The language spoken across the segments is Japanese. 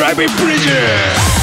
Happy Bridges!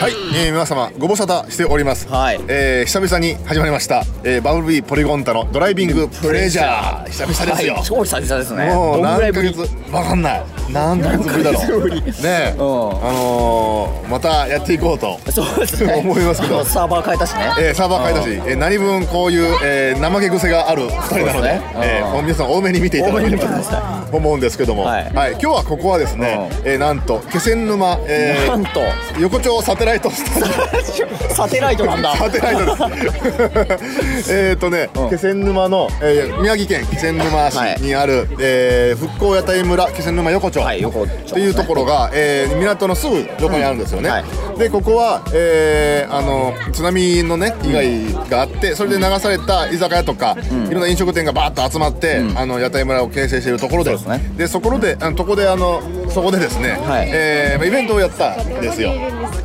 はい、えー皆様ご無沙汰しております、はいえー久々に始まりました、えーバブルビーポリゴンタのドライビングプレジャー久々ですよ、はい超久々ですねもうどんぐら何いぶヶり月わかんない何ヶ月ぶりだろうねえ、うんあのーまたやっていこうと、そうですね思いますけどあのサーバー変えたしねえーサーバー変えたし、えー何分こういう、えー怠け癖がある2人なのそうでですねえーうんもう皆さん多めに見ていただければ多めに見てくだと思うんですけども、ははいい今日はここはですね、えーなんと気仙沼、えーなんと横丁サテライトスタジオサテライトなんだサテライトです。 えっとね、うん気仙沼の、えー宮城県気仙沼市にある、えー復興屋台村気仙沼横丁。はい横丁っていうところが、えー港のすぐ横にあるんですよね、うんはいでここは、えーあの津波のね被害があってそれで流された居酒屋とか、いろんな飲食店がバーッと集まって、あの屋台村を形成しているところでそうですねでそこであのとこであのそこでですね、はいえーまあイベントをやったんですよ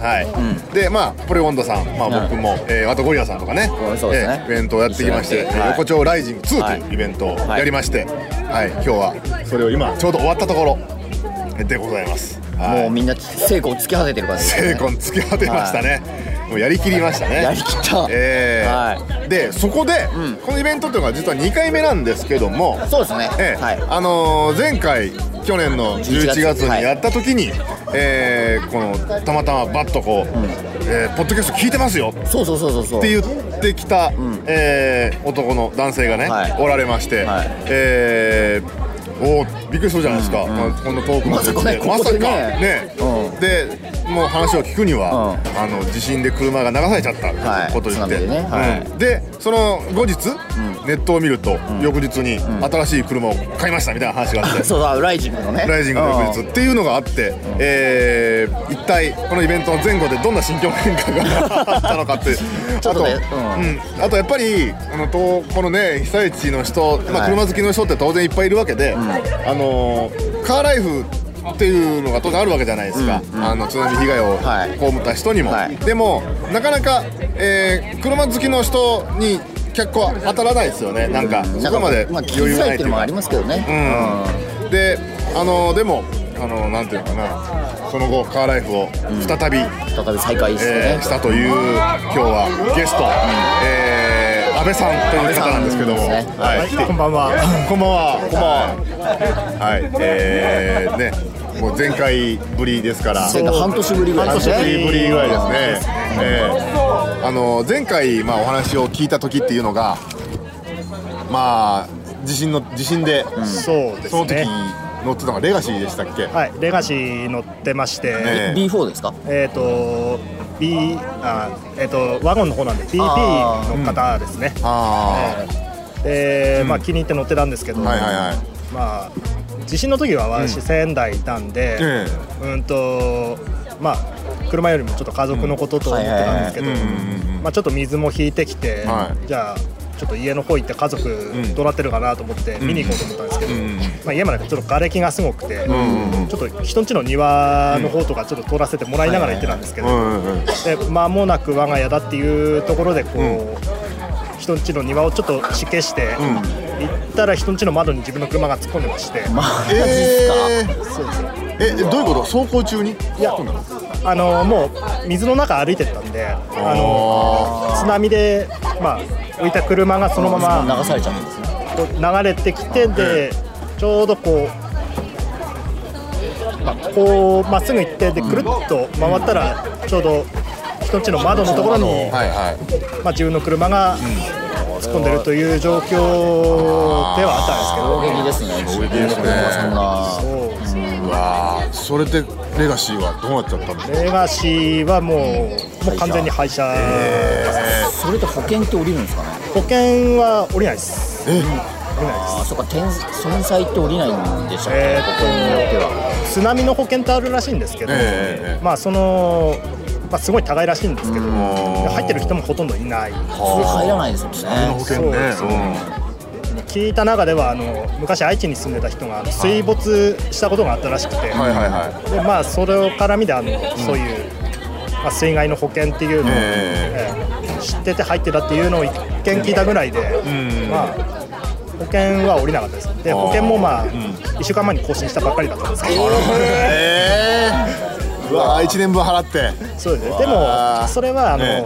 はい、でまあポリゴンドさん、まあ、僕も、えーあとゴリラさんとかねうんそうですねえーイベントをやってきまして、一緒にやって横丁ライジング2といはういイベントをやりまして、はい今日はそれを今ちょうど終わったところでございます、はいもうみんな成功突き果ててる感じですね精魂突き果てましたね、もうやりきりましたねやりきったえーでそこで、このイベントというのが実は2回目なんですけどもそうですねええはいあのー前回去年の11 11月月にはいやった時に、えーこのたまたまバッとこう、えーポッドキャスト聞いてますよ」そうそうそうそうそうって言ってきた、えー男の男性がね、はいおられまして、はいえーおーびっくりするじゃないですか、まあこんな遠くまで来てまさかねここでねまさかねでもう話を聞くには、うあの地震で車が流されちゃったはいことを言って、津波でねはいうんでその後日、ネットを見ると、翌日に新しい車を買いましたみたいな話があってそうだライジングのねライジングの翌うん日っていうのがあって、えー一体このイベントの前後でどんな心境変化が あったのかってあちょっとねうんあとやっぱりあの東このね被災地の人、まあ、はい車好きの人って当然いっぱいいるわけで、あのーカーライフっていうのが当然あるわけじゃないですか、あの津波被害をはい被った人にも、はいでもなかなか、えー車好きの人に結構当たらないですよねなんかそこまでまあ余聞き裕がなづらいいっってていいううのもあかりますけどねうん、であのでもあのなんていうのかなその後カーライフを再び、再び再開してえねーしたという今日はゲスト、えー、安倍さんという方なんですけども、安倍さんですねはい、こんばんはこんばんはこんばんははいえー、ねもう前回ぶりですからそう半年ぶりぐらい半ですね年ぶりぶりぐらいですね、えーあの前回、まあ、お話を聞いた時っていうのがまあ地震の地震で、そうでそのす時ね。乗ってたのがレガシーでしたっけ、はい、レガシー乗ってまして、えー B4 ですかえっ、と B あえっ、とワゴンの方なんで PP あの方ですね。あえーで、まあ気に入って乗ってたんですけど、あ、はいはいはいまあ地震の時は私仙台いたんで、えうん、とまあ車よりもちょっと家族のことと思ってたんですけどうんはいはいはいうんうんうん、まあちょっと水も引いてきて、はいじゃあ。ちょっと家の方行って家族どうなってるかなと思って見に行こうと思ったんですけど、んまあ、家までちょっと瓦礫がすごくて、んうんうんちょっと人んちの庭の方とかちょっと通らせてもらいながら行ってたんですけど、うんうんうんで間もなく我が家だっていうところでこう、人んちの庭をちょっとしけして、行ったら人んちの窓に自分の車が突っ込んでまして、えーそうですねえどういうこと走行中にいやあのもう水の中歩いてったんであのあ津波で、まあ、浮いた車がそのまま流されちゃうんですねこう流れてきてでちょうどこう、まあ、こうまっすぐ行ってでくるっと回ったらちょうど人んちの窓のところにー、はいはいまあ、自分の車が突っ込んでるという状況では衝あったんです撃ですね衝撃ですねそんなけどそうですねうわーそれでレガシーはどうなっちゃったんですかレガシーはもうもう完全に廃車、それと保険って降りるんですかね保険は降りないです。え降りないであそっか転損災って降りないんでしたっけ、えーっ保と険によってはす。津波の保険ってあるらしいんですけど、ええまあそのまあすごい高いらしいんですけど、入ってる人もほとんどいない。普通入らないですもん保ね険ねそううん聞いた中ではあの昔愛知に住んでた人があの水没したことがあったらしくて、はいはいはいでまあそれを絡みであの、そういうまあ、水害の保険っていうのを、えええ知ってて入ってたっていうのを一見聞いたぐらいで、まあ保険は降りなかったですであー保険もまあ、1週間前に更新したばっかりだったんですけど、えー、うわ1年分払ってそうですねでわもーそれはあの、え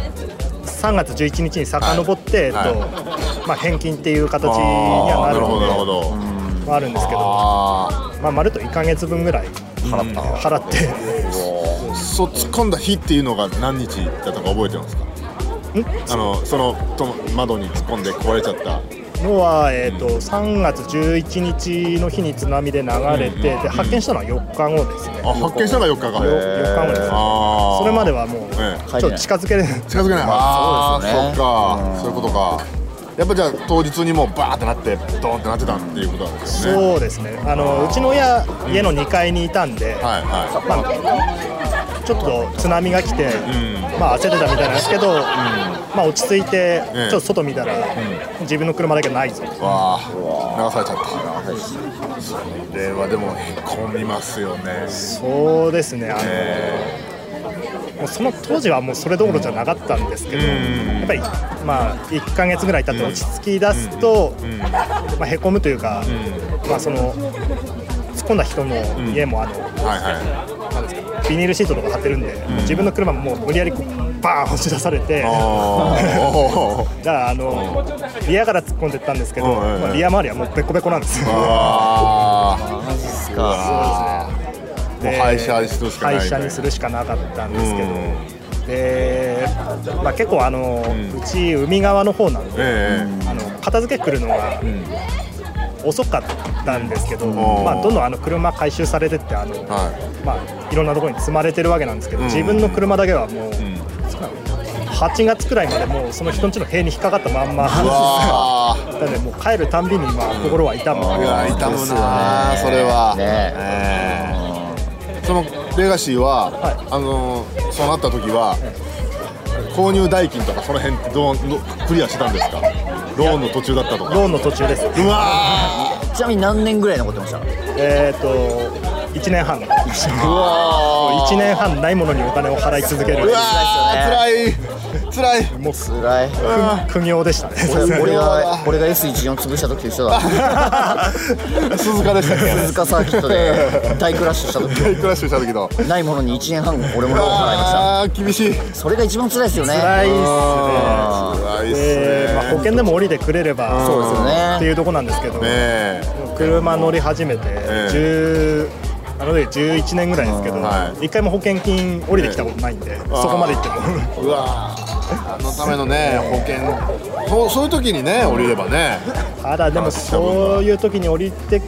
3月11日に遡って、はいえっとまあ、返金っていう形にはあーななるるほどのなるほでどまああるんですけど、あまあ、まるっと1か月分ぐらい払った払って、あそ突っ込んだ日っていうのが何日だったか覚えてますかあのそのと窓に突っ込んで壊れちゃったのは、えー、と3月11日の日に津波で流れて、で発見したのは4日後ですね、あ発見したのが4日かよ4日後ですあーそれまではもう、ええちょっと近づける近づけない、まああそうですよねーそっかそういうことかやっぱじゃあ当日にもうバーってなってドーンってなってたっていうことなんですよねそうですねあのうちの親家の2階にいたんで、はいはまあ、ちょっと津波が来て、まあ、焦ってたみたいなんですけど、まあ、落ち着いて、ちょっと外見たら、自分の車だけないぞいわあ流されちゃったそれはでもへこみますよねそうですねあの、えもうその当時はもうそれどころじゃなかったんですけど、やっぱり、まあ、1か月ぐらい経って落ち着き出すと、まあ、へこむというか、まあ、その突っ込んだ人の家もあの、ーはいはいなんですかビニールシートとか貼ってるんで、自分の車ももう無理やりこうバーン押し出されて。 あーだからあのリアから突っ込んでったんですけど、うんうんうんまあ、リア周りはもうべこべこなんですよ。あマジっすーかあーもう廃車にするしかない廃車にするしかなかったんうですけど、んで、まあ、結構あの、うち海側の方なんで、ええあの片付け来るのが遅かったんですけど、まあ、どんどんあの車回収されてってあの、はいまあ、いろんなところに積まれてるわけなんですけど、自分の車だけはもう、8月くらいまでもうその人んちの塀に引っかかったまんま。うわあだからもう帰るたんびにまあ心は痛むわうけですわ痛むなあそれはねえそのレガシーは、はいあのーそうなった時は購入代金とかその辺ってどうどうクリアしてたんですかローンの途中だったとかローンの途中ですうわちなみに何年ぐらい残ってましたえっ、と1年半ーうわー1年半ないものにお金を払い続けるうわー辛い辛いもうつらいうん苦行でしたね俺こ俺れはが俺が S14 潰した時と一緒だ鈴鹿でしたっけ鈴鹿サーキットで大クラッシュした時大クラッシュした時のないものに1年半俺もローン払いましたあー厳しいそれが一番辛いですよね辛いっすね辛いっすねえーまあ、保険でも降りてくれればそうですよねっていうとこなんですけど、ねえ車乗り始めて10、あの時11年ぐらいですけど、はい一回も保険金降りてきたことないんで、そこまで行っても うわーあのためのね保険そうそういう時にね降りればねただでもそういう時に降りて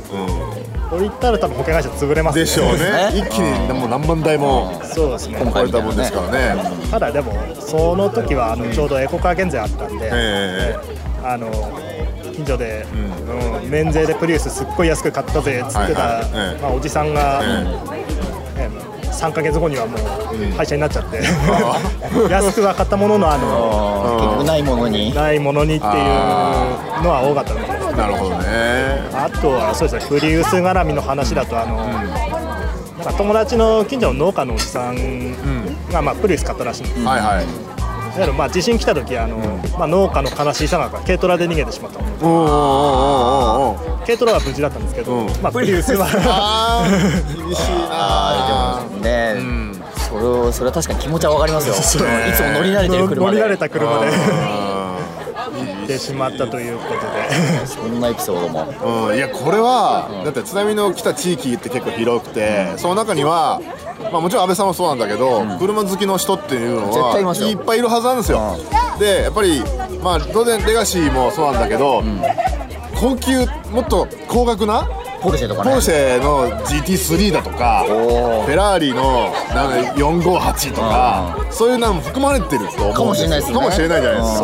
降りたら多分保険会社潰れますねでしょうねね一気にもう何万台もそうですね今超回えたもんですからねただでもその時はあのちょうどエコカー減税あったんで、えあの近所で、うん免税でプリウスすっごい安く買ったぜっつってた、はいはいええまあ、おじさんが、えええ3ヶ月後にはもう廃車になっちゃって、 安くは買ったもののあの結局ないものにないものにっていうのは多かったのでえなるほどねあとはそうですねプリウス絡みの話だとあの、まあ友達の近所の農家のおじさんが、まあ、プリウス買ったらしいんですはいはいだからまあ地震来た時あの、まあ、農家の悲しいさなか軽トラで逃げてしまったおーおーおーお ーおー軽トラは無事だったんですけど、うんまあ、プリウスはあー厳しいなーねえ、それをそれは確かに気持ちは分かりますよいつも乗り慣れてる乗車りで慣れた車で うん 行ってしまったということでそんなエピソードもうん、いやこれはだって津波の来た地域って結構広くて、その中には、まあ、もちろん安倍さんもそうなんだけど、車好きの人っていうの絶は対いますよっぱいいるはずなんですよ、でやっぱり、まあ、当然レガシーもそうなんだけど、高級もっと高額なポルシェとかポねルシェの GT3 だとかおーフェラーリのなんか458とかそういうのも含まれてると思うんですよかもしれないですねかもしれないじゃないです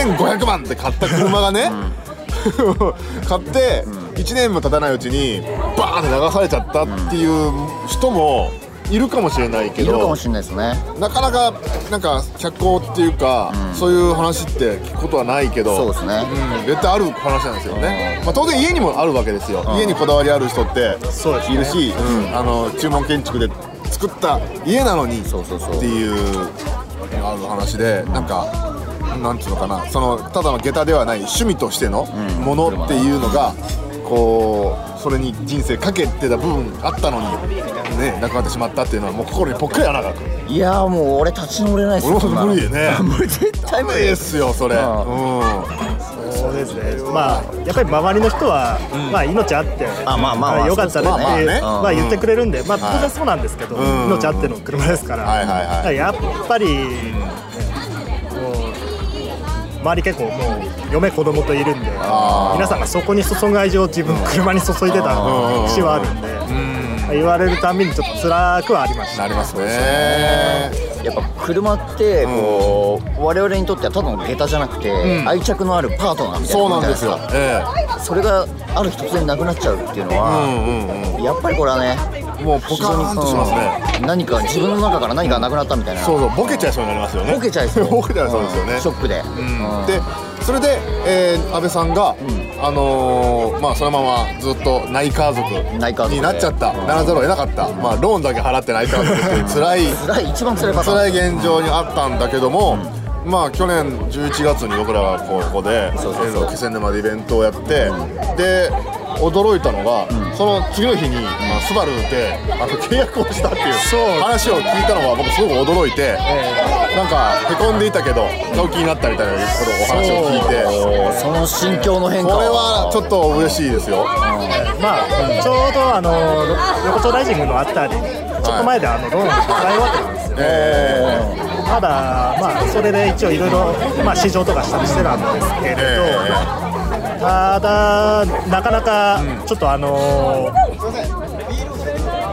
か2500万って買った車がね 買って1年も経たないうちにバーンって流されちゃったっていう人もいるかもしれないけいるかどもしれないですねなかなかなんか脚光っていうかそういう話って聞くことはないけどそうですねうん絶対ある話なんですよね、まあ、当然家にもあるわけですよ家にこだわりある人ってそうですねいるし、うんあの注文建築で作った家なのにそうそうそうっていうあの話でなんかなんていうのかなそのただの下駄ではない趣味としてのうんものっていうのが、こうそれに人生かけてた部分あったのにねなくなってしまったっていうのはもう心にぽっかり穴が開くいやーもう俺立ち直れないっす俺そんなもの無理よね無理絶対ダ無メ理ですよそれう、うんそうですねまあやっぱり周りの人は、まあ命あってあまあまあまあよかったねまあまあってねまあ言ってくれるんでまあ当然そうなんですけど、ん命あっての車ですから,、はいはいはいやっぱり、もう周り結構もう嫁子供といるんであー皆さんがそこに注ぐ愛情を自分車に注いでたうん節はあるんで、まあ言われるたんびにちょっと辛くはありましたなりますねやっぱ車ってこう、我々にとってはただの下駄じゃなくて、ん愛着のあるパートナーみたいそなうもなんじゃでいすよえかそれがある日突然なくなっちゃうっていうのえうは、んうんうんやっぱりこれはねもうポカーンとしますねうん何か自分の中から何かがなくなったみたいなそうそうボケちゃいそうになりますよねボケちゃいそう ボケちゃいそうですよね、んショックで、うんうんでそれで、えー安倍さんが、あのーまあ、そのままずっと内家族内家族でになっちゃったうんならざるを得なかった、まあ、ローンだけ払って内家族っていう辛い辛い一番辛いパターン辛い現状にあったんだけども、まあ去年11月に僕らはここでそうそうそう気仙沼でイベントをやって、で驚いたのが、その次の日に、まあ、スバルであの契約をしたっていう話を聞いたのは僕すごく驚いて、なんかへこんでいたけど動気になったみたいなことをお話を聞いてそうその心境の変こ化れはちょっと嬉しいですよ。まあ、ちょうどあのろ横丁ライジングのあったり、ちょっと前であのローンを使い終わってるんですよ、えーただ、まあ、それで一応、いろいろ試乗とかしたりしてたんですけれど、えーただ、なかなかちょっと、あの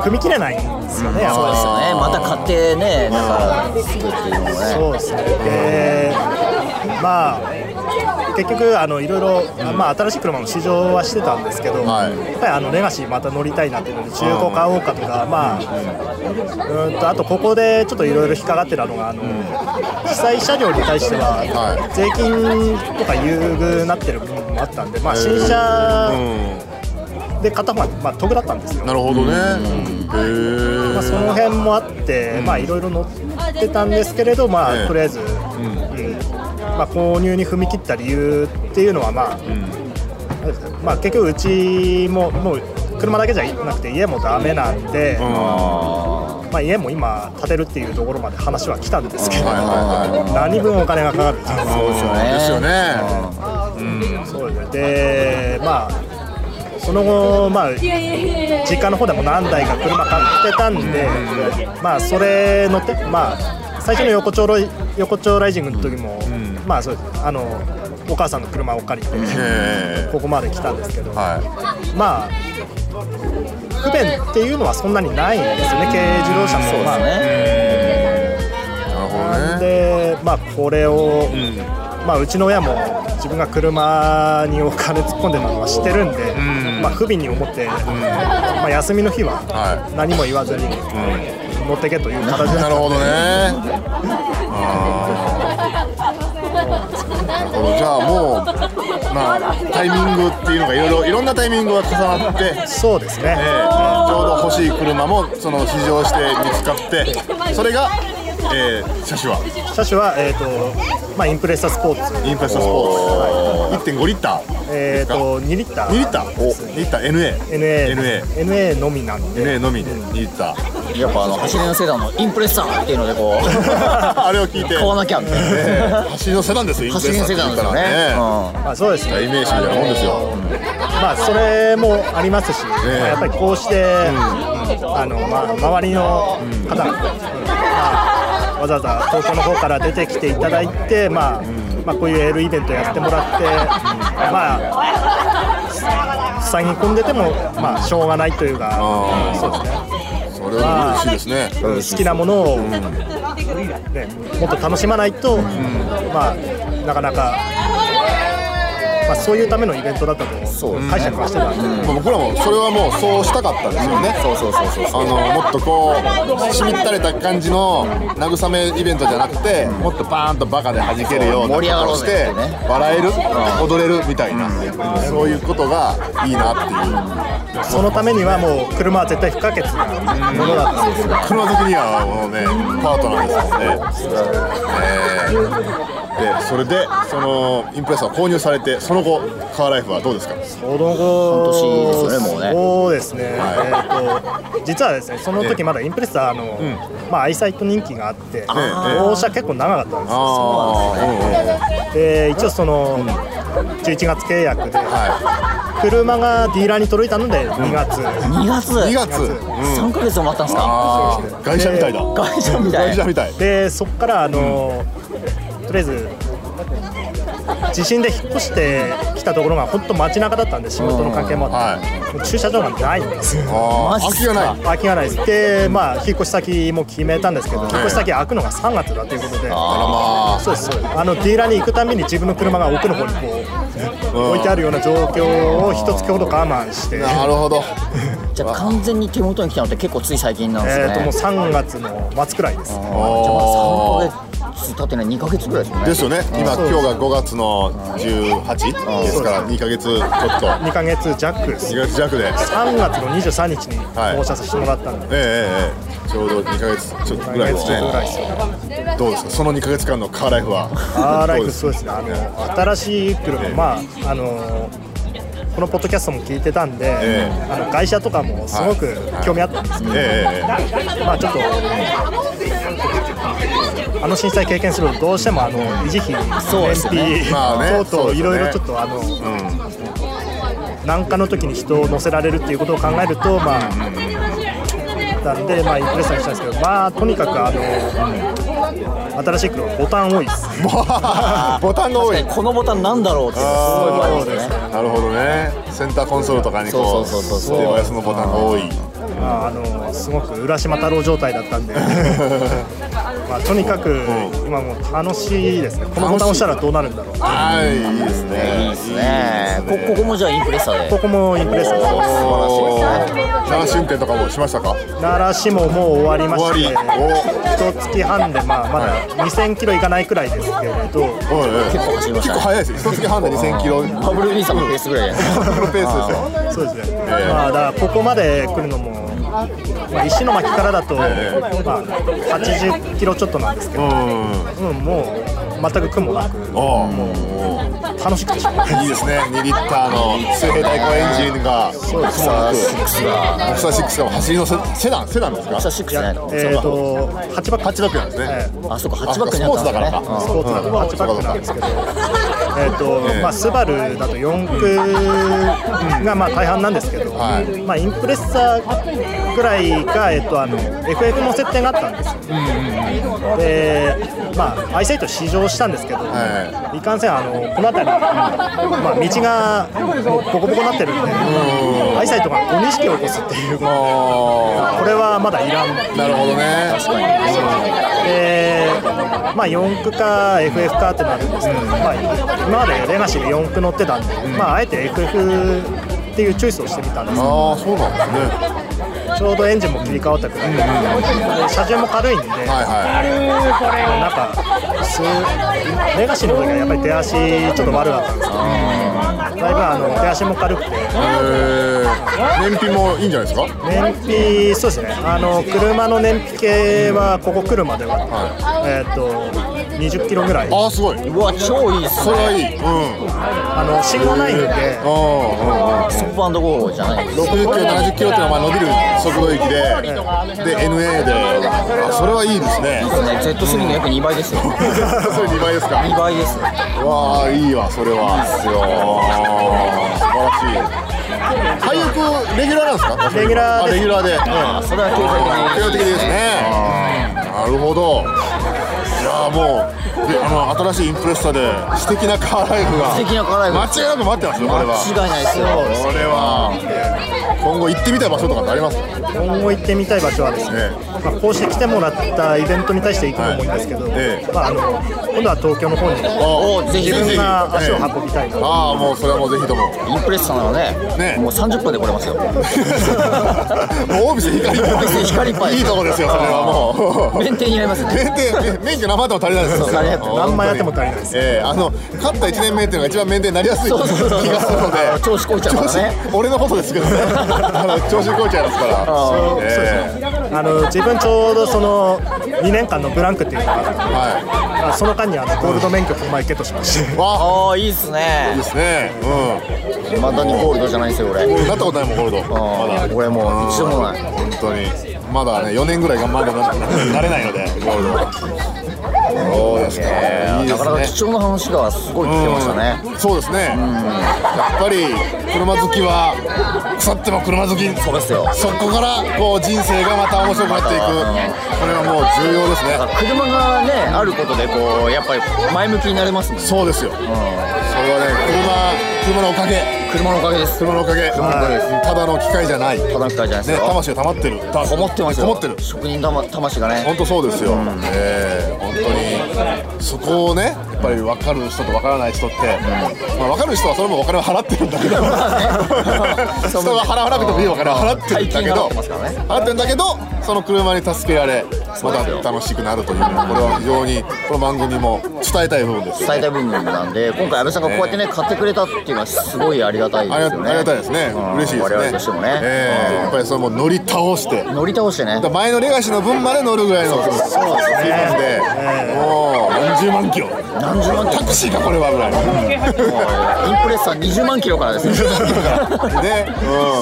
組み切れないんですよね、やっそうですよねまた買ってねだからすぐっていうのもねそうですね。で、まあ結局あのいろいろまあ新しい車の試乗はしてたんですけど、はいやっぱりあのレガシーまた乗りたいなっていうので中古買おうかとか、まあうーんとあとここでちょっといろいろ引っかかってたのがあの被災車両に対してははい税金とか優遇になってる部分もあったんで、まあ新車うで買った方がまあ得だったんですよん、。なるほどね。へーまあ、その辺もあって、まあ、いろいろ乗ってたんですけれど、まええあ、とりあえず、うんまあ、購入に踏み切った理由っていうのは、まあなんですかまあ、結局、うちももう車だけじゃなくて家もダメなんで、まあ、家も今、建てるっていうところまで話は来たんですけど、はいはいはい。何分お金がかかるそうですよね。ですよそうですねでまあその後、まあ、実家の方でも何台か車買ってたんで、まあ、それ乗って、まあ、最初の横丁ロイ横丁ライジングの時も、まあ、そうあのお母さんの車を借りて、えここまで来たんですけど、えはまあ、不便っていうのはそんなにないんですよね、軽自動車も。そうでますあねい。なるほどね。でまあこれを、んまあ、うちの親も自分が車にお金突っ込んでるのは知ってるんで、まあ、不憫に思って、まあ、休みの日はは何も言わずに持ってけという形でなるほどね。あーなるほど。じゃあもうまあタイミングっていうのがいろいろいろんなタイミングが重なって。そうですね、ええちょうど欲しい車もその試乗して見つかってそれが、えー、車種は車種は、えーとまあ、インプレッサスポーツ、インプレッサスポーツ1.5リッターえー、と2リッタ2リーッター2リッター NA NA, NA のみなんで NA のみで2リッターやっぱあの走りのセダンのインプレッサーっていうのでこう あれを聞いて買わなきゃみたいな走りのセダンですよインプ走レッりサーのってセ言ダンっでたすらよねねまあ、そうですね代名詞みたいなもんですよまあ、それもありますし、えまあやっぱりこうして、あのまあ、周りの方、がまあわざわざ東京の方から出てきていただいて、まあまあ、こういうエールイベントやってもらって、まあ、塞ぎ込んでても、まあ、しょうがないというか、あそうですね、あそれは嬉しいですね好きなものを、ね、もっと楽しまないと、まあ、なかなかまあ、そういうためのイベントだったと解釈はしてたんで、まあ僕らもそれはもうそうしたかったんですよね、そうそうそうそうあのもっとこうしみったれた感じの慰めイベントじゃなくて、もっとバーンとバカで弾けるような盛り上がことろをうしぜてってね笑える、踊れるみたいな、そういうことがいいなっていうそのためにはもう車は絶対不可欠なものだったんですが、車好きにはもうねパートナーですもんね、えーでそれでそのインプレッサーを購入されてその後カーライフはどうですかその後半年ですよねもうねそうですね、はえーと実はですねその時まだインプレッサーの、まあ、アイサイト人気があって、あー納車結構長かったんですよああ、で一応その11月契約では車がディーラーに届いたので2月、 2月い、2月、うん、 3ヶ月も待ったんですかああ、外車みたいだ。会社外みたい車なみたい。でそこからあの、とりあえず地震で引っ越してきたところが本当街中だったんで仕事の関係もあって、はもう駐車場がないんですよああ、マジっ空きすかがない。空きがないですでまあ引っ越し先も決めたんですけど引っ越し先開くのが3月だということあでらまそうですそうですあのディーラーに行くために自分の車が奥の方にこう置いてあるような状況を一月ほど我慢して、あ。なるほど。じゃあ完全に手元に来たのって結構つい最近なんですねえー、ともう3月の末くらいですあーじゃあまだ3ヶ月経ってない2ヶ月ぐらいですよねですよね。今今そう日が5月の18ですから、2ヶ月ちょっと、2 2ヶ月弱ですヶ月弱で。 3月の23日に納車させてもらったんで、ええええええ、ちょうど2ヶ月ちょっとぐ2らヶいで月すちょっとぐらね。いですよどうですか。その2ヶ月間のカーライフは。カーライどうでフすかそうですねあの新しい車まああのこのポッドキャストも聞いてたんで、えあの会社とかもすごく興味あったんですけど、ええええまあちょっとあの震災経験するとどうしてもあの維持費、そうですよね燃費、まあね等そうですよね々いろいろちょっとあの、なんかの時に人を乗せられるっていうことを考えるとまあ。なんでまあインプレッサーにしたんですけど、まあとにかくあの新しい車ボタン多いです。ええ。 ボタンが多い。このボタンなんだろうっていうのがすごい迷いますよねなるほどね。センターコンソールとかにこう、そうそうそうそうデバイスのボタンが多い。まあ、あのすごく浦島太郎状態だったんで、まあ、とにかく今もう楽しいですね、このボタン押したらどうなるんだろう、はい、いいですね。いいですねえこここもじゃあインプレッサーでここもインプレッサーです、おー鳴らし運転とかもしましたか奈良市ももう終わりまして、終わり一月半で、まあ、まだ2000キロいかないくらいですけれど、おいおい結構走りまし結たね構速いですよ一月半で2000キロパブルビーさんのペースぐらいじゃないですかのペースですよそうですね、まあ、だからここまで来るのも、まあ、石巻からだと、まあ、80キロちょっとなんですけうど、んうん、もう全く苦もなく、お楽しくてしょうがないーいいですね2リッターの水平対向エンジンがそうですさあ6が草6が走りのセセダンセダンですかさあ6じゃないのえー、と8バックハッチバックなんですね、えあそこあ8そバうかックスにポーなっツだたんかでらか、すねースポーツだとうんハッチバックなんですけど、えーとええまあ、スバルだと4駆がまあ大半なんですけど、はいまあ、インプレッサーぐらいが、えー、とあの FF の設定があったんですよ、で、まあ、アイサイト試乗したんですけど、、はいかんせんあのこの辺り、まあ、道がもうボコボコになってるんで、アイサイトが5式を起こすっていう、こおれはまだいらん。ーなるほどねで、まあ、4区か FF かってなるんですけど、まあ、今までレガシーで4区乗ってたんで、まあ、あえて FF っていうチョイスをしてみたんですけああそうなんですねどちょうどエンジンも切り替わったくらいで、で車重も軽いんで、はいはいなんかすレガシーの時はやっぱり出足ちょっと悪かったんですけど、だいぶあの出足も軽くて、えー、燃費もいいんじゃないですか燃費、そうですね、あの車の燃費系は、ここ来るまでは、えー、と20キロぐらい。ああすごいうわ超いいっすそれねはいいうんあの信号ないんで、ああストップアンドゴーじゃないです60キロ、70キロっていうのはまあ伸びる速度域で、で、NA で、あそれはいいですね いいっ。すね Z3 の約2倍ですよそれ2倍です2か。倍ですわあ、いいわ、それは。いいっすよ。素晴らしい。配役、レギュラーなんですかレギュラーあですレギュラーで。あそれは定経的済的にですね。なるほど。いやーもうであの新しいインプレッサで素敵なカーライフが素敵なカーライフ間違いなく待ってますよこれは間違いないですよこれは今後行ってみたい場所とかってありますか今後行ってみたい場所はですね、えまあ、こうして来てもらったイベントに対して行くのもいいんですけど、はいええまあ、あの今度は東京の方にあおぜひ自分が足を運びたいな、ああもうそれはもうぜひとももインプレッサーなのねねもう30分で来れますようオービス光いっぱいオービス光いっぱいいいとこですよそれはもう免停になりますね免停免許何枚あっても足りないですよそう足りない何枚あっても足りないですええあの勝った1年目っていうのが一番免停になりやすい気そがうすそうるそうのあので調子こいちゃうからね調子俺のことですけどねあの調子こいちゃいますからあええあの自分ちょうどその2年間のブランクっていうのがあってはまあその間にあのゴールド免許この前ゲットしましいわああいいっすあいいねですねまだにゴールドじゃないんですよ俺うんゴールなったことないもんゴールドまだあー俺もう一度もないうん本当にまだね4年ぐらい頑張らなきゃなれないのでゴールドはそうですかいいなかなかですね貴重な話がすごい聞けましたねうんそうですねやっぱり車好きは腐っても車好きそうですよそこからこう人生がまた面白くなっていくこれはもう重要ですね車がねあることでこうやっぱり前向きになれますもんそうですよそれはね車車のおかげ車のおかげです車のおかげのおかげですはいただの機械じゃないねただの機械じゃないですよ魂が溜まってるこもってますよこもってる職人魂魂がね本当そうですよ、ええ本当にそこをねやっぱり分かる人と分からない人って、まあ、分かる人はそれもお金を払ってるんだ けど人は払わなくてもいいお金を払ってるんだけど大金払ってますからね払ってるんだけどその車に助けられまた楽しくなるというこれは非常にこの番組も伝えたい部分ですよね最大部分なんで今回安倍さんがこうやってね買ってくれたっていうのはすごいありがたいであすりがよねありがたいですねうん嬉しいですね我々としてもねええやっぱりそれも乗り倒して乗り倒してねだから前のレガシーの分まで乗るぐらいのそうですねで、もう何十万キロ何十万キロタクシーかこれはぐらいの、インプレッサー20万キロからですねね、たう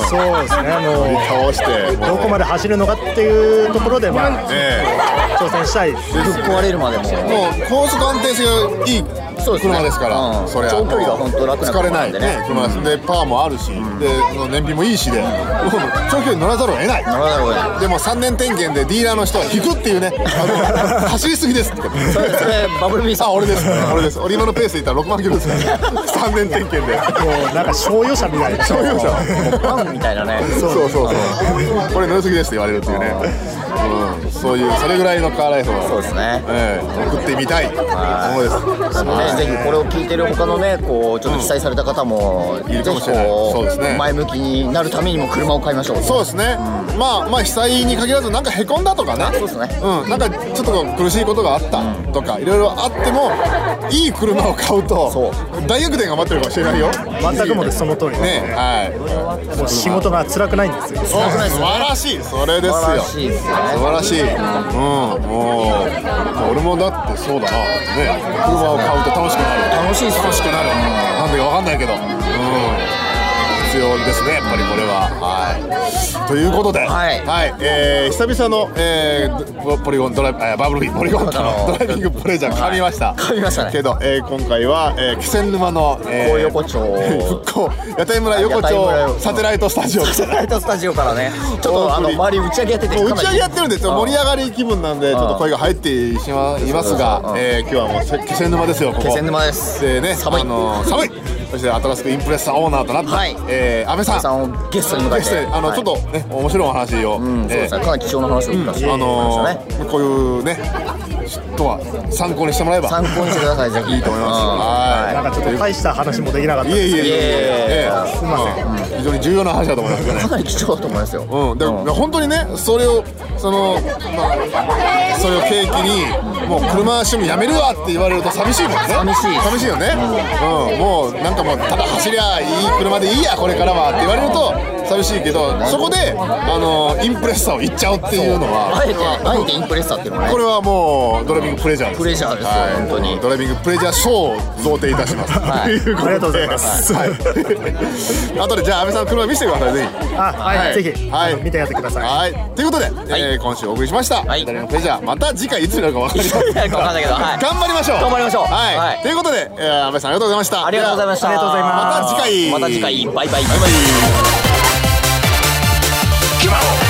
そうですねもん、倒うしてどこまでで走るのかっていうところでまあ挑戦したいですぶっ壊れるまでももう高速安定性がいいそうですね車ですから、うんそれは長距離が本当楽な疲れ車なないんねでね車です、でパワーもあるし、で燃費もいいしで、もう長距離乗らざるを得ないなるほどねでも3年点検でディーラーの人は引くっていうねあ の走りすぎですってそれそれバブルビーさあん俺です俺です俺今のペースでいったら6万キロです3年点検でもうなんか商用車みたいな所有者パンみたいなねそうそうそうこれ乗りすぎですって言われるっていうね、うん、そういうそれぐらいのカーライフそうを、ですねええ送ってみたいものですね、ぜひこれを聞いてる他のね、こうちょっと被災された方も、いるかぜもひしれないこそうですね前向きになるためにも車を買いましょう。そうですね、まあまあ被災に限らずなんかへこんだとかねそうですねうん、なんかちょっとこう苦しいことがあったとかいろいろあってもいい車を買うと大逆転が待ってるかもしれないよ全くもですその通りですねはいもう仕事が辛くないんですよ素晴らしいそれですよ素晴らしいですよね素晴らしいうんもう俺もだってそうだなね車を買うと楽しくなる楽しいっす楽しくなるなんでか分かんないけどうん必要ですねやっぱりこれははいということでははいえー久々のえードポリゴンドライブあバブルビーポリゴンドライビングプレジャー噛みました噛みましたねけどえー今回はえー気仙沼のえーこう横丁 復興屋台村横屋台村丁横サテライトスタ ジオサテライトスタジオからね、ちょっとあの周り打ち上げやってて、もう打ち上げやってるんでちょっと盛り上がり気分なんでちょっと声が入ってしまいますそうそうがう、んえー、今日はもうせ気仙沼ですよここ気仙沼ですでね寒いあのー寒いそして新しくインプレッサーオーナーとなった、はいえー安倍さんさんをゲストに迎えそしてて、あの、はいちょっとね面白いお話を、うん、そうえでーすね、かなり貴重な話を聞かせていあただきまのしたね。ーこういうねとは参考にしてもらえば参考にしてください、ぜひ。いいと思います。はなんかちょっと大した話もできなかったいえいえいえいえいえいえええすいません非常に重要な話だと思いますけどねい。かなり貴重だと思いますよ。うん、でうん本当にねそれをその、まあ、それを契機にもう車趣味やめるわって言われると寂しいもんね寂しい寂しいよね、うん、もうなんかもうただ走りゃいい車でいいやこれからはって言われると寂しいけどそこであのインプレッサーを行っちゃうっていうのはあえて、あえてインプレッサーっていうのはこね、れはもうドライビングプレジャーですプレジャーですよはい本当にドライビングプレジャー賞を贈呈いたします、はといいうことでありがとうございますはい、 後でじゃあ安倍さんの車見せてくださいぜひあ、はいぜひ、はいあの見てやってくださいはい、ということで、えー今週お送りしました。はい誰のプレジャー、また次回いつになるかわかりま せん。 いつになるかわかんないけどはい頑張りましょう。頑張りましょうはい、はいということで、えー、安倍さんありがとうございました。ありがとうございました。ありがとうございまますた次回。また次回、バイバイ。バイバイ